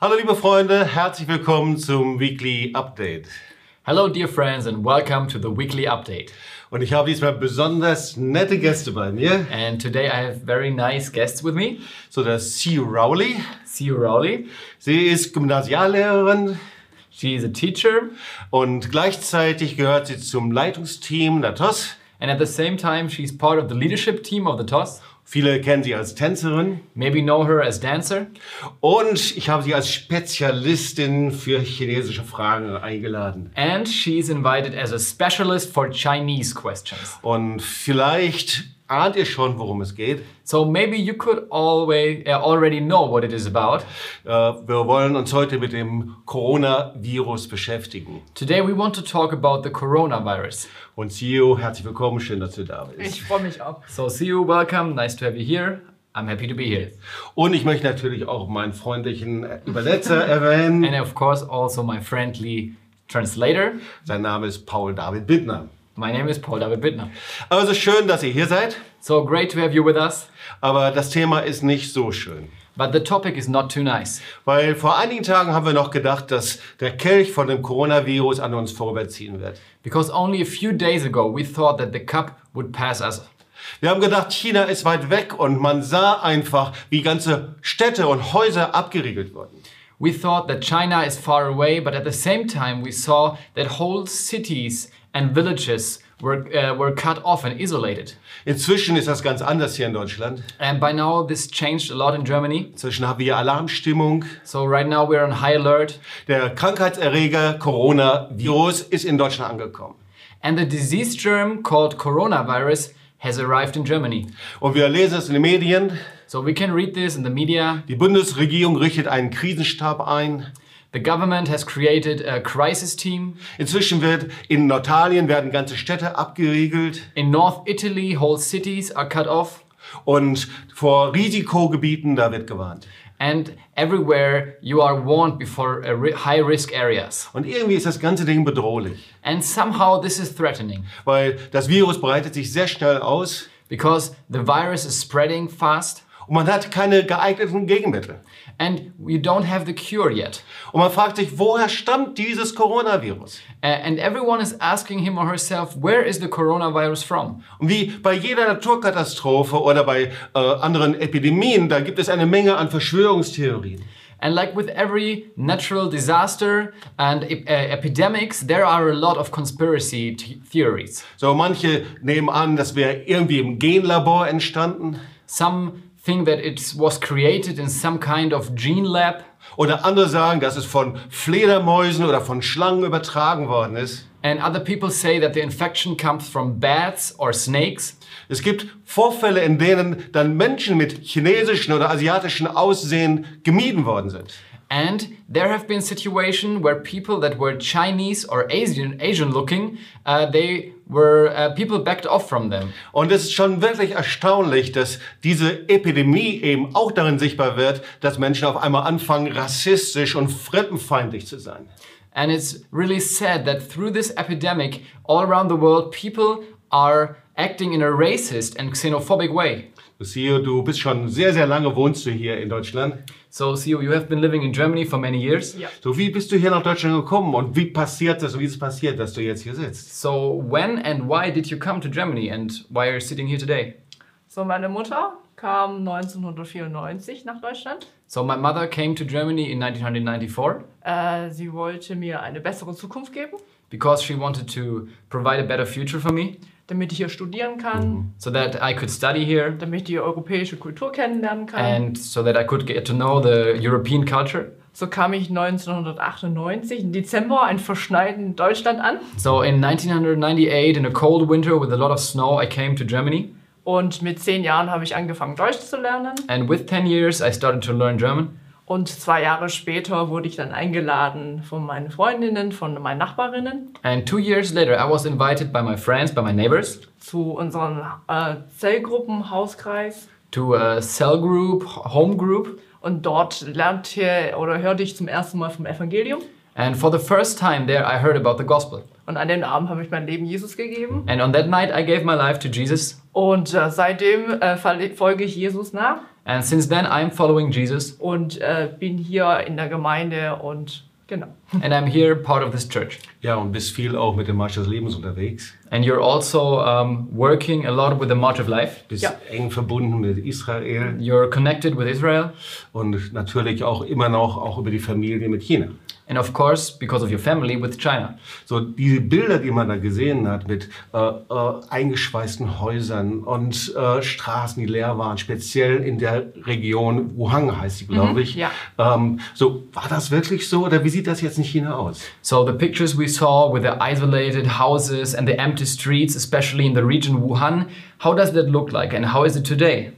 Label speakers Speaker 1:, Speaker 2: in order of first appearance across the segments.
Speaker 1: Hallo liebe Freunde, herzlich willkommen zum Weekly Update.
Speaker 2: Hello, dear friends, and welcome to the weekly update.
Speaker 1: Und ich habe diesmal besonders nette Gäste bei mir.
Speaker 2: And today I have very nice guests with me.
Speaker 1: So das C. Rowley.
Speaker 2: Sue Rowley.
Speaker 1: Sie ist Gymnasiallehrerin
Speaker 2: She is a teacher,
Speaker 1: und gleichzeitig gehört sie zum Leitungsteam der TOS.
Speaker 2: and at the same time, she's part of the leadership team of the TOS.
Speaker 1: Viele kennen sie als Tänzerin.
Speaker 2: Maybe know her as dancer.
Speaker 1: Und ich habe sie als Spezialistin für chinesische Fragen eingeladen.
Speaker 2: And she's invited as a specialist for Chinese questions.
Speaker 1: Und vielleicht ahnt ihr schon, worum es geht.
Speaker 2: So maybe you could always, uh, already know what it is about.
Speaker 1: Äh, Wir wollen uns heute mit dem Coronavirus beschäftigen.
Speaker 2: Today, we want to talk about the coronavirus.
Speaker 1: Und CEO, herzlich willkommen, schön, dass du da bist.
Speaker 3: Ich freue mich auch.
Speaker 2: So, see you, welcome. Nice to have you here. I'm happy to be here.
Speaker 1: Und ich möchte natürlich auch meinen freundlichen Übersetzer erwähnen.
Speaker 2: And of course, also my friendly translator.
Speaker 1: Sein Name ist Paul David Bittner.
Speaker 2: My name is Paul David Bittner.
Speaker 1: Also schön, dass ihr hier seid,
Speaker 2: So great to have you with us.
Speaker 1: aber das Thema ist nicht so schön.
Speaker 2: But the topic is not too nice.
Speaker 1: Weil vor einigen Tagen haben wir noch gedacht, dass der Kelch von dem Coronavirus an uns vorüberziehen wird.
Speaker 2: Because only a few days ago we thought that the cup would pass us.
Speaker 1: Wir haben gedacht, China ist weit weg und man sah einfach, wie ganze Städte und Häuser abgeriegelt wurden.
Speaker 2: We thought that China is far away, but at the same time we saw that whole cities and villages were, uh, were cut off and isolated.
Speaker 1: Inzwischen ist das ganz anders hier in Deutschland.
Speaker 2: And by now this changed a lot in Germany.
Speaker 1: Inzwischen haben wir Alarmstimmung.
Speaker 2: So right now we're on high alert
Speaker 1: Der Krankheitserreger Coronavirus ist in Deutschland angekommen.
Speaker 2: and the disease germ called coronavirus has arrived in Germany.
Speaker 1: Und wir lesen es in den Medien.
Speaker 2: So we can read this in the media.
Speaker 1: Die Bundesregierung richtet einen Krisenstab ein.
Speaker 2: The government has created a crisis team.
Speaker 1: Inzwischen wird in Norditalien werden ganze Städte abgeriegelt.
Speaker 2: In North Italy whole cities are cut off.
Speaker 1: Und vor Risikogebieten, da wird gewarnt.
Speaker 2: And everywhere you are warned before uh, ri- high risk areas.
Speaker 1: Und irgendwie ist das ganze Ding bedrohlich.
Speaker 2: And somehow this is threatening
Speaker 1: Weil das Virus breitet sich sehr schnell aus.
Speaker 2: because the virus is spreading fast
Speaker 1: Und man hat keine geeigneten Gegenmittel.
Speaker 2: and you don't have the cure yet.
Speaker 1: Und man fragt sich, woher stammt dieses Coronavirus?
Speaker 2: A- and everyone is asking him or herself, where is the coronavirus from?
Speaker 1: Und wie bei jeder Naturkatastrophe oder bei äh, anderen Epidemien, da gibt es eine Menge an Verschwörungstheorien.
Speaker 2: And like with every natural disaster and ep- uh, epidemics, there are a lot of conspiracy t- theories.
Speaker 1: So manche nehmen an, das wäre irgendwie im Genlabor entstanden
Speaker 2: Some think that it was created in some kind of gene lab
Speaker 1: oder andere sagen, dass es von Fledermäusen oder von Schlangen übertragen worden ist.
Speaker 2: And other people say that the infection comes from bats or snakes.
Speaker 1: Es gibt Vorfälle, in denen dann Menschen mit chinesischen oder asiatischen Aussehen gemieden worden sind.
Speaker 2: And there have been situations where people that were Chinese or Asian, Asian looking, uh, they were uh, people backed off from them.
Speaker 1: Und es ist schon wirklich erstaunlich, dass diese Epidemie eben auch darin sichtbar wird, dass Menschen auf einmal anfangen, rassistisch und fremdenfeindlich zu sein.
Speaker 2: And it's really sad that through this epidemic, all around the world, people are acting in a racist and xenophobic way.
Speaker 1: Lucio, du bist schon sehr, sehr lange wohnst du hier in Deutschland.
Speaker 2: So, Sio, you have been living in Germany for many years.
Speaker 3: Ja.
Speaker 1: So, wie bist du hier nach Deutschland gekommen und wie passiert das und wie ist es passiert, dass du jetzt hier sitzt?
Speaker 2: So, when and why did you come to Germany and why are you sitting here today?
Speaker 3: So, meine Mutter kam 1994 nach Deutschland.
Speaker 2: So, my mother came to Germany in 1994.
Speaker 3: Äh, sie wollte mir eine bessere Zukunft geben,
Speaker 2: because she wanted to provide a better future for me
Speaker 3: damit ich hier studieren kann,
Speaker 2: so that I could study here
Speaker 3: damit ich die europäische Kultur kennenlernen kann.
Speaker 2: and so that I could get to know the European culture.
Speaker 3: so kam ich 1998 im Dezember in verschneiten Deutschland an
Speaker 2: So in 1998, in a cold winter with a lot of snow, I came to Germany.
Speaker 3: und mit zehn Jahren habe ich angefangen, Deutsch zu lernen.
Speaker 2: And with 10 years, I started to learn German.
Speaker 3: Und zwei Jahre später wurde ich dann eingeladen von meinen Freundinnen, von meinen Nachbarinnen
Speaker 2: And two years later, I was invited by my friends, by my neighbors,
Speaker 3: zu unseren äh, Zellgruppen, Hauskreis.
Speaker 2: to a cell group, home group.
Speaker 3: Und dort lernte oder hörte ich zum ersten Mal vom Evangelium.
Speaker 2: And for the first time there, I heard about the gospel.
Speaker 3: Und an dem Abend habe ich mein Leben Jesus gegeben.
Speaker 2: And on that night, I gave my life to Jesus.
Speaker 3: Und äh, seitdem äh, verle- folge ich Jesus nach
Speaker 2: And since then, I'm following Jesus.
Speaker 3: und äh, bin hier in der Gemeinde und genau.
Speaker 2: And I'm here, part of this church.
Speaker 1: Ja, und bist viel auch mit dem Marsch des Lebens unterwegs.
Speaker 2: And you're also um, working a lot with the March of Life.
Speaker 1: Bist
Speaker 3: Ja.
Speaker 1: eng verbunden mit Israel
Speaker 2: You're connected with Israel.
Speaker 1: und natürlich auch immer noch auch über die Familie mit China.
Speaker 2: And of course, because of your family, with China.
Speaker 1: So diese Bilder, die man da gesehen hat mit äh, äh, eingeschweißten Häusern und äh, Straßen, die leer waren, speziell in der Region Wuhan heißt sie, glaube ich.
Speaker 3: ja.
Speaker 1: Ähm, so war das wirklich so oder wie sieht das jetzt in China aus?
Speaker 2: So the pictures we saw with the isolated houses and the empty streets, especially in the region Wuhan, how does that look like and how is it today?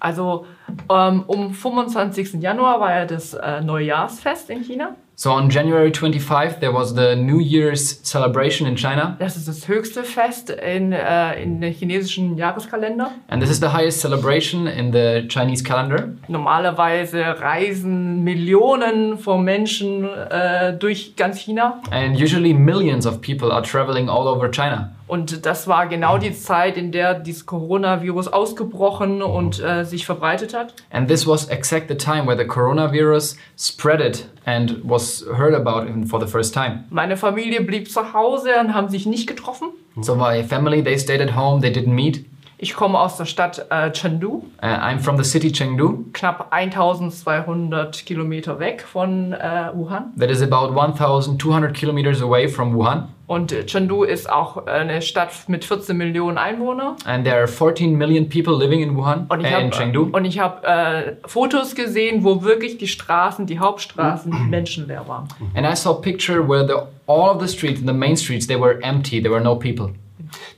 Speaker 3: Also ähm, um 25. Januar war ja das äh, Neujahrsfest in China.
Speaker 2: So on January 25th, there was the New Year's celebration in China,
Speaker 3: Das ist das höchste Fest in, äh, in der chinesischen Jahreskalender.
Speaker 2: and this is the highest celebration in the Chinese calendar.
Speaker 3: Normalerweise reisen Millionen von Menschen äh, durch ganz China.
Speaker 2: And usually, millions of people are traveling all over China.
Speaker 3: Und das war genau die Zeit, in der dieses Coronavirus ausgebrochen und äh, sich verbreitet hat.
Speaker 2: And this was exact the time where the coronavirus spread it and was heard about even for the first time.
Speaker 3: Meine Familie blieb zu Hause und haben sich nicht getroffen.
Speaker 2: So my family, they stayed at home, they didn't meet.
Speaker 3: Ich komme aus der Stadt äh, Chengdu,
Speaker 2: Uh, I'm from the city Chengdu,
Speaker 3: knapp 1200 Kilometer weg von äh, Wuhan.
Speaker 2: that is about 1,200 kilometers away from Wuhan.
Speaker 3: Und äh, Chengdu ist auch eine Stadt mit 14 Millionen Einwohnern.
Speaker 2: And there are 14 million people living in Wuhan,
Speaker 3: Und ich
Speaker 2: uh, in Chengdu.
Speaker 3: habe äh, hab, äh, Fotos gesehen, wo wirklich die Straßen, die
Speaker 2: Mhm.
Speaker 3: Hauptstraßen, menschenleer waren.
Speaker 2: And I saw a picture where the, all of the streets, the main streets, they were empty. There were no people.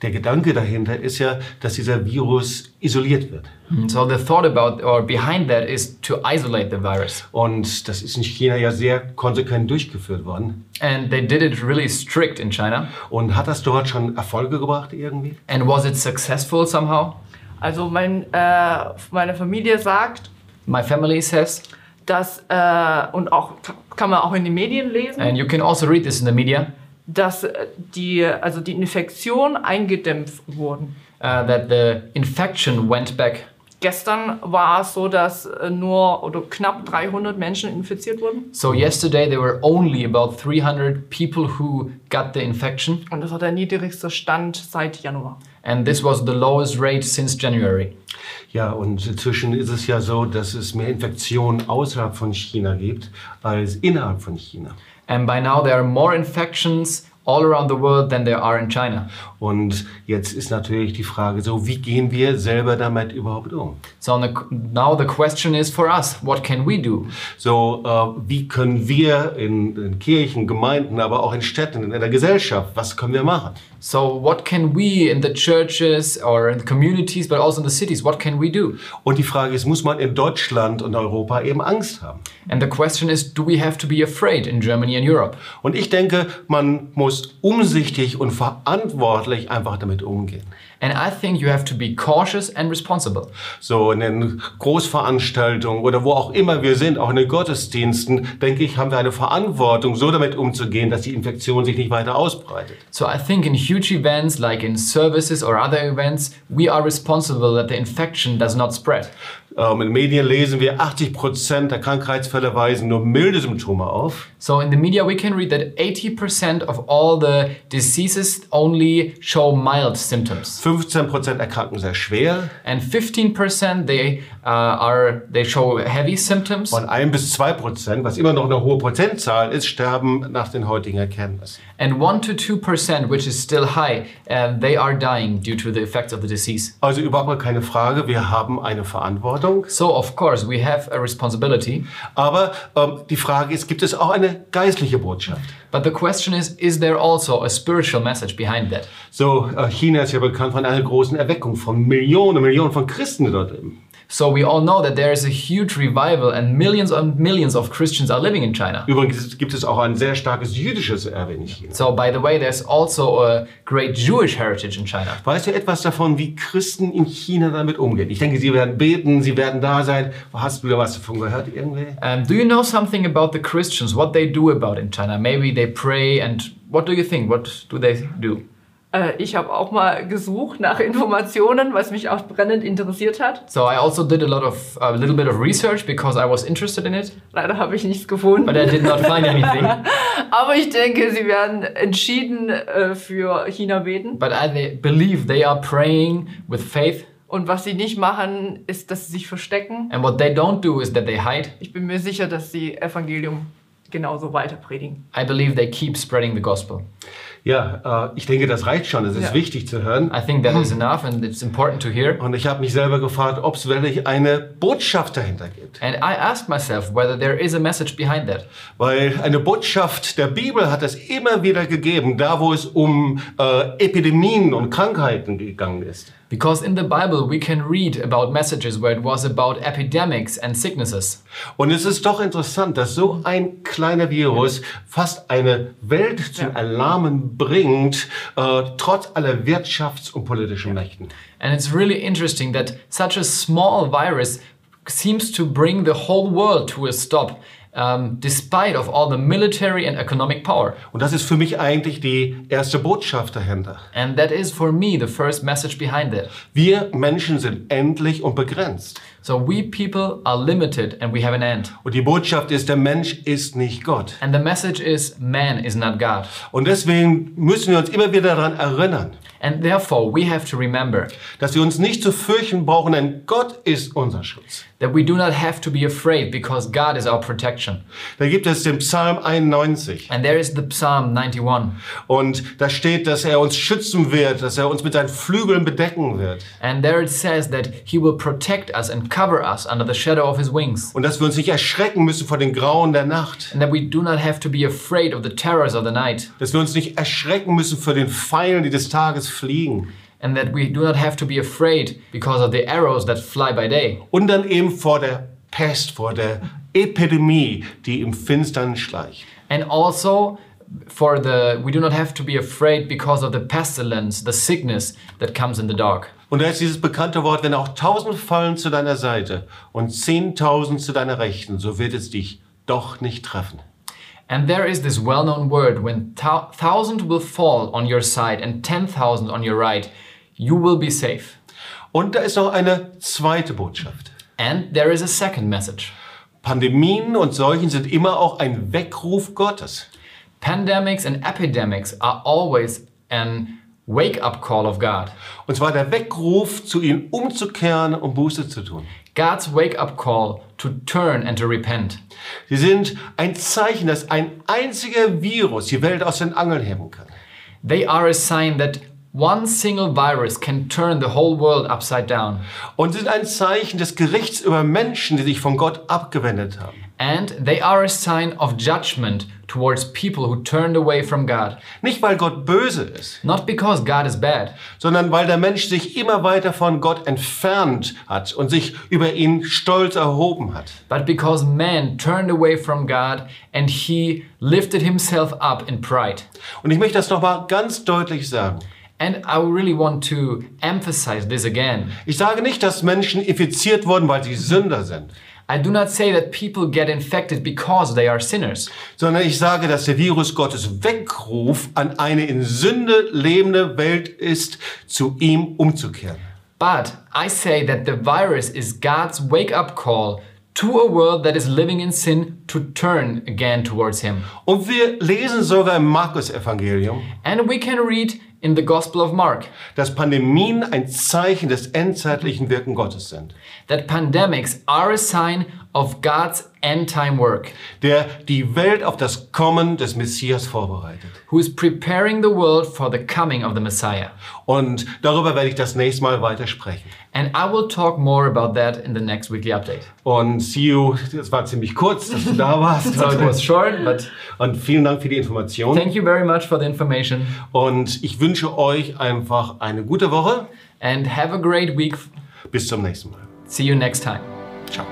Speaker 1: Der Gedanke dahinter ist ja, dass dieser Virus isoliert wird.
Speaker 2: And so the thought about or behind that is to isolate the virus.
Speaker 1: Und das ist in China ja sehr konsequent durchgeführt worden.
Speaker 2: And they did it really strict in China.
Speaker 1: Und hat das dort schon Erfolge gebracht irgendwie?
Speaker 2: And was it successful somehow?
Speaker 3: Also mein, äh, meine Familie sagt,
Speaker 2: My family says,
Speaker 3: dass, äh, und auch kann man auch in den Medien lesen,
Speaker 2: and you can also read this in the media,
Speaker 3: dass äh, die, also die Infektion eingedämpft wurden.
Speaker 2: uh, that the infection went back.
Speaker 3: Gestern war es so, dass äh, nur oder knapp 300 Menschen infiziert wurden.
Speaker 2: So yesterday there were only about 300 people who got the infection,
Speaker 3: Und das war der niedrigste Stand seit Januar.
Speaker 2: and this was the lowest rate since January.
Speaker 1: Ja, und inzwischen ist es ja so, dass es mehr Infektionen außerhalb von China gibt als innerhalb von China.
Speaker 2: And by now there are more infections all around the world than there are in China.
Speaker 1: Und jetzt ist natürlich die Frage so, wie gehen wir selber damit überhaupt um?
Speaker 2: So on the, now the question is for us, what can we do?
Speaker 1: So, äh, wie können wir in, in Kirchen, Gemeinden, aber auch in Städten, in der Gesellschaft, was können wir machen?
Speaker 2: So what can we in the churches or in the communities, but also in the cities, what can we do?
Speaker 1: Und die Frage ist, muss man in Deutschland und Europa eben Angst haben?
Speaker 2: And the question is, do we have to be afraid in Germany and Europe?
Speaker 1: Und ich denke, man muss umsichtig und verantwortlich einfach damit umgehen.
Speaker 2: And I think you have to be cautious and responsible.
Speaker 1: So in den Großveranstaltungen oder wo auch immer wir sind, auch in den Gottesdiensten, denke ich, haben wir eine Verantwortung, so damit umzugehen, dass die Infektion sich nicht weiter ausbreitet.
Speaker 2: So I think in huge events like in services or other events, we are responsible that the infection does not spread.
Speaker 1: Ähm, in den Medien lesen wir, 80 Prozent der Krankheitsfälle weisen nur milde Symptome auf.
Speaker 2: So in the media, we can read that 80% of all the diseases only show mild symptoms,
Speaker 1: 15 Prozent erkranken sehr schwer
Speaker 2: and 15% they uh, are they show heavy symptoms,
Speaker 1: und 1 bis 2 Prozent, was immer noch eine hohe Prozentzahl ist, sterben nach den heutigen Erkenntnissen.
Speaker 2: and one to two percent, which is still high, uh, they are dying due to the effects of the disease.
Speaker 1: Also überhaupt keine Frage, wir haben eine Verantwortung.
Speaker 2: So of course we have a responsibility,
Speaker 1: Aber ähm, die Frage ist, gibt es auch eine geistliche Botschaft?
Speaker 2: but the question is: Is there also a spiritual message behind that?
Speaker 1: So, äh, China ist ja bekannt von einer großen Erweckung von Millionen und Millionen von Christen, die dort leben.
Speaker 2: So we all know that there is a huge revival and millions and millions of Christians are living in China.
Speaker 1: Übrigens gibt es auch ein sehr starkes jüdisches Erbe in China.
Speaker 2: So by the way, there's also a great Jewish heritage in China.
Speaker 1: Weißt du etwas davon, wie Christen in China damit umgehen? Ich denke, sie werden beten, sie werden da sein. Hast du da was davon gehört, irgendwie?
Speaker 2: Um, do you know something about the Christians? What they do about in China? Maybe they pray and what do you think? What do they do?
Speaker 3: Äh, ich habe auch mal gesucht nach Informationen, was mich auch brennend interessiert hat.
Speaker 2: So I also did a lot of a little bit of research because I was interested in it,
Speaker 3: Leider habe ich nichts gefunden.
Speaker 2: but I did not find anything.
Speaker 3: Aber ich denke, sie werden entschieden äh, für China beten.
Speaker 2: But I they believe they are praying with faith,
Speaker 3: Und was sie nicht machen, ist, dass sie sich verstecken.
Speaker 2: and what they don't do is that they hide.
Speaker 3: Ich bin mir sicher, dass sie Evangelium genauso weiter predigen.
Speaker 2: I believe they keep spreading the gospel.
Speaker 1: Ja, äh, ich denke, das reicht schon. Es ist
Speaker 3: Ja.
Speaker 1: wichtig zu hören.
Speaker 2: I think that is enough and it's important to hear.
Speaker 1: Und ich habe mich selber gefragt, ob es wirklich eine Botschaft dahinter gibt.
Speaker 2: And I asked myself whether there is a message behind that.
Speaker 1: Weil eine Botschaft der Bibel hat es immer wieder gegeben, da wo es um äh, Epidemien und Krankheiten gegangen ist.
Speaker 2: Because in the Bible we can read about messages where it was about epidemics and sicknesses.
Speaker 1: Und es ist doch interessant, dass so ein kleiner Virus fast eine Welt zum Erlahmen bringt, äh, trotz aller wirtschafts- und politischen Mächten.
Speaker 2: And it's really interesting that such a small virus seems to bring the whole world to a stop um, despite of all the military and economic power.
Speaker 1: Und das ist für mich eigentlich die erste Botschaft dahinter.
Speaker 2: And that is for me the first message behind that.
Speaker 1: Wir Menschen sind endlich und begrenzt.
Speaker 2: So we people are limited and we have an end.
Speaker 1: Und die Botschaft ist, der Mensch ist nicht Gott.
Speaker 2: And the message is man is not God.
Speaker 1: Und deswegen müssen wir uns immer wieder daran erinnern,
Speaker 2: And therefore we have to remember
Speaker 1: dass wir uns nicht zu fürchten brauchen, denn Gott ist unser Schutz.
Speaker 2: that we do not have to be afraid because God is our protection.
Speaker 1: Da gibt es den Psalm 91
Speaker 2: And there is the Psalm 91.
Speaker 1: und da steht, dass er uns schützen wird, dass er uns mit seinen Flügeln bedecken wird
Speaker 2: And there it says that he will protect us and cover us under the shadow of his wings.
Speaker 1: und dass wir uns nicht erschrecken müssen vor den Grauen der Nacht,
Speaker 2: And that we do not have to be afraid of the terrors of the night.
Speaker 1: dass wir uns nicht erschrecken müssen vor den Pfeilen, die des Tages fliegen
Speaker 2: And that we do not have to be afraid because of the arrows that fly by day.
Speaker 1: und dann eben vor der Pest, vor der Epidemie, die im Finstern schleicht.
Speaker 2: And also for the we do not have to be afraid because of the pestilence, the sickness that comes in the dark.
Speaker 1: Und da ist dieses bekannte Wort, wenn auch tausend fallen zu deiner Seite und zehntausend zu deiner Rechten, so wird es dich doch nicht treffen.
Speaker 2: And there is this well known word when thou- thousand will fall on your side and ten thousand on your right, you will be safe.
Speaker 1: Und da ist noch eine zweite Botschaft.
Speaker 2: And there is a second message.
Speaker 1: Pandemien und Seuchen sind immer auch ein Weckruf Gottes.
Speaker 2: Pandemics and epidemics are always an wake up call of God.
Speaker 1: Und zwar der Weckruf, zu ihnen umzukehren und Buße zu tun.
Speaker 2: God's wake up call to turn and to repent.
Speaker 1: Sie sind ein Zeichen, dass ein einziger Virus die Welt aus den Angeln heben kann.
Speaker 2: They are a sign that one single virus can turn the whole world upside down.
Speaker 1: Und sie sind ein Zeichen des Gerichts über Menschen, die sich von Gott abgewendet haben.
Speaker 2: And they are a sign of judgment towards people who turned away from God.
Speaker 1: Nicht, weil Gott böse ist,
Speaker 2: Not because God is bad,
Speaker 1: sondern weil der Mensch sich immer weiter von Gott entfernt hat und sich über ihn stolz erhoben hat.
Speaker 2: but because man turned away from God and he lifted himself up in pride.
Speaker 1: Und ich möchte das nochmal ganz deutlich sagen.
Speaker 2: And I really want to emphasize this again.
Speaker 1: Ich sage nicht, dass Menschen infiziert wurden, weil sie Sünder sind,
Speaker 2: I do not say that people get infected because they are sinners,
Speaker 1: sondern ich sage, dass der Virus Gottes Weckruf an eine in Sünde lebende Welt ist, zu ihm umzukehren.
Speaker 2: but I say that the virus is God's wake up call to a world that is living in sin to turn again towards Him.
Speaker 1: Und wir lesen sogar im Markus-Evangelium,
Speaker 2: And we can read in the Gospel of Mark
Speaker 1: dass Pandemien ein Zeichen des endzeitlichen Wirken Gottes sind,
Speaker 2: that pandemics are a sign of God's end time work,
Speaker 1: der die Welt auf das Kommen des Messias vorbereitet.
Speaker 2: who is preparing the world for the coming of the Messiah.
Speaker 1: Und darüber werde ich das nächste Mal weiter sprechen.
Speaker 2: And I will talk more about that in the next weekly update.
Speaker 1: Und see you, das war ziemlich kurz, dass du da warst.
Speaker 2: So it was short, but
Speaker 1: Und vielen Dank für die Information.
Speaker 2: thank you very much for the information
Speaker 1: Und ich wünsche euch einfach eine gute Woche.
Speaker 2: and have a great week
Speaker 1: Bis zum nächsten Mal.
Speaker 4: See you next time.
Speaker 2: Ciao.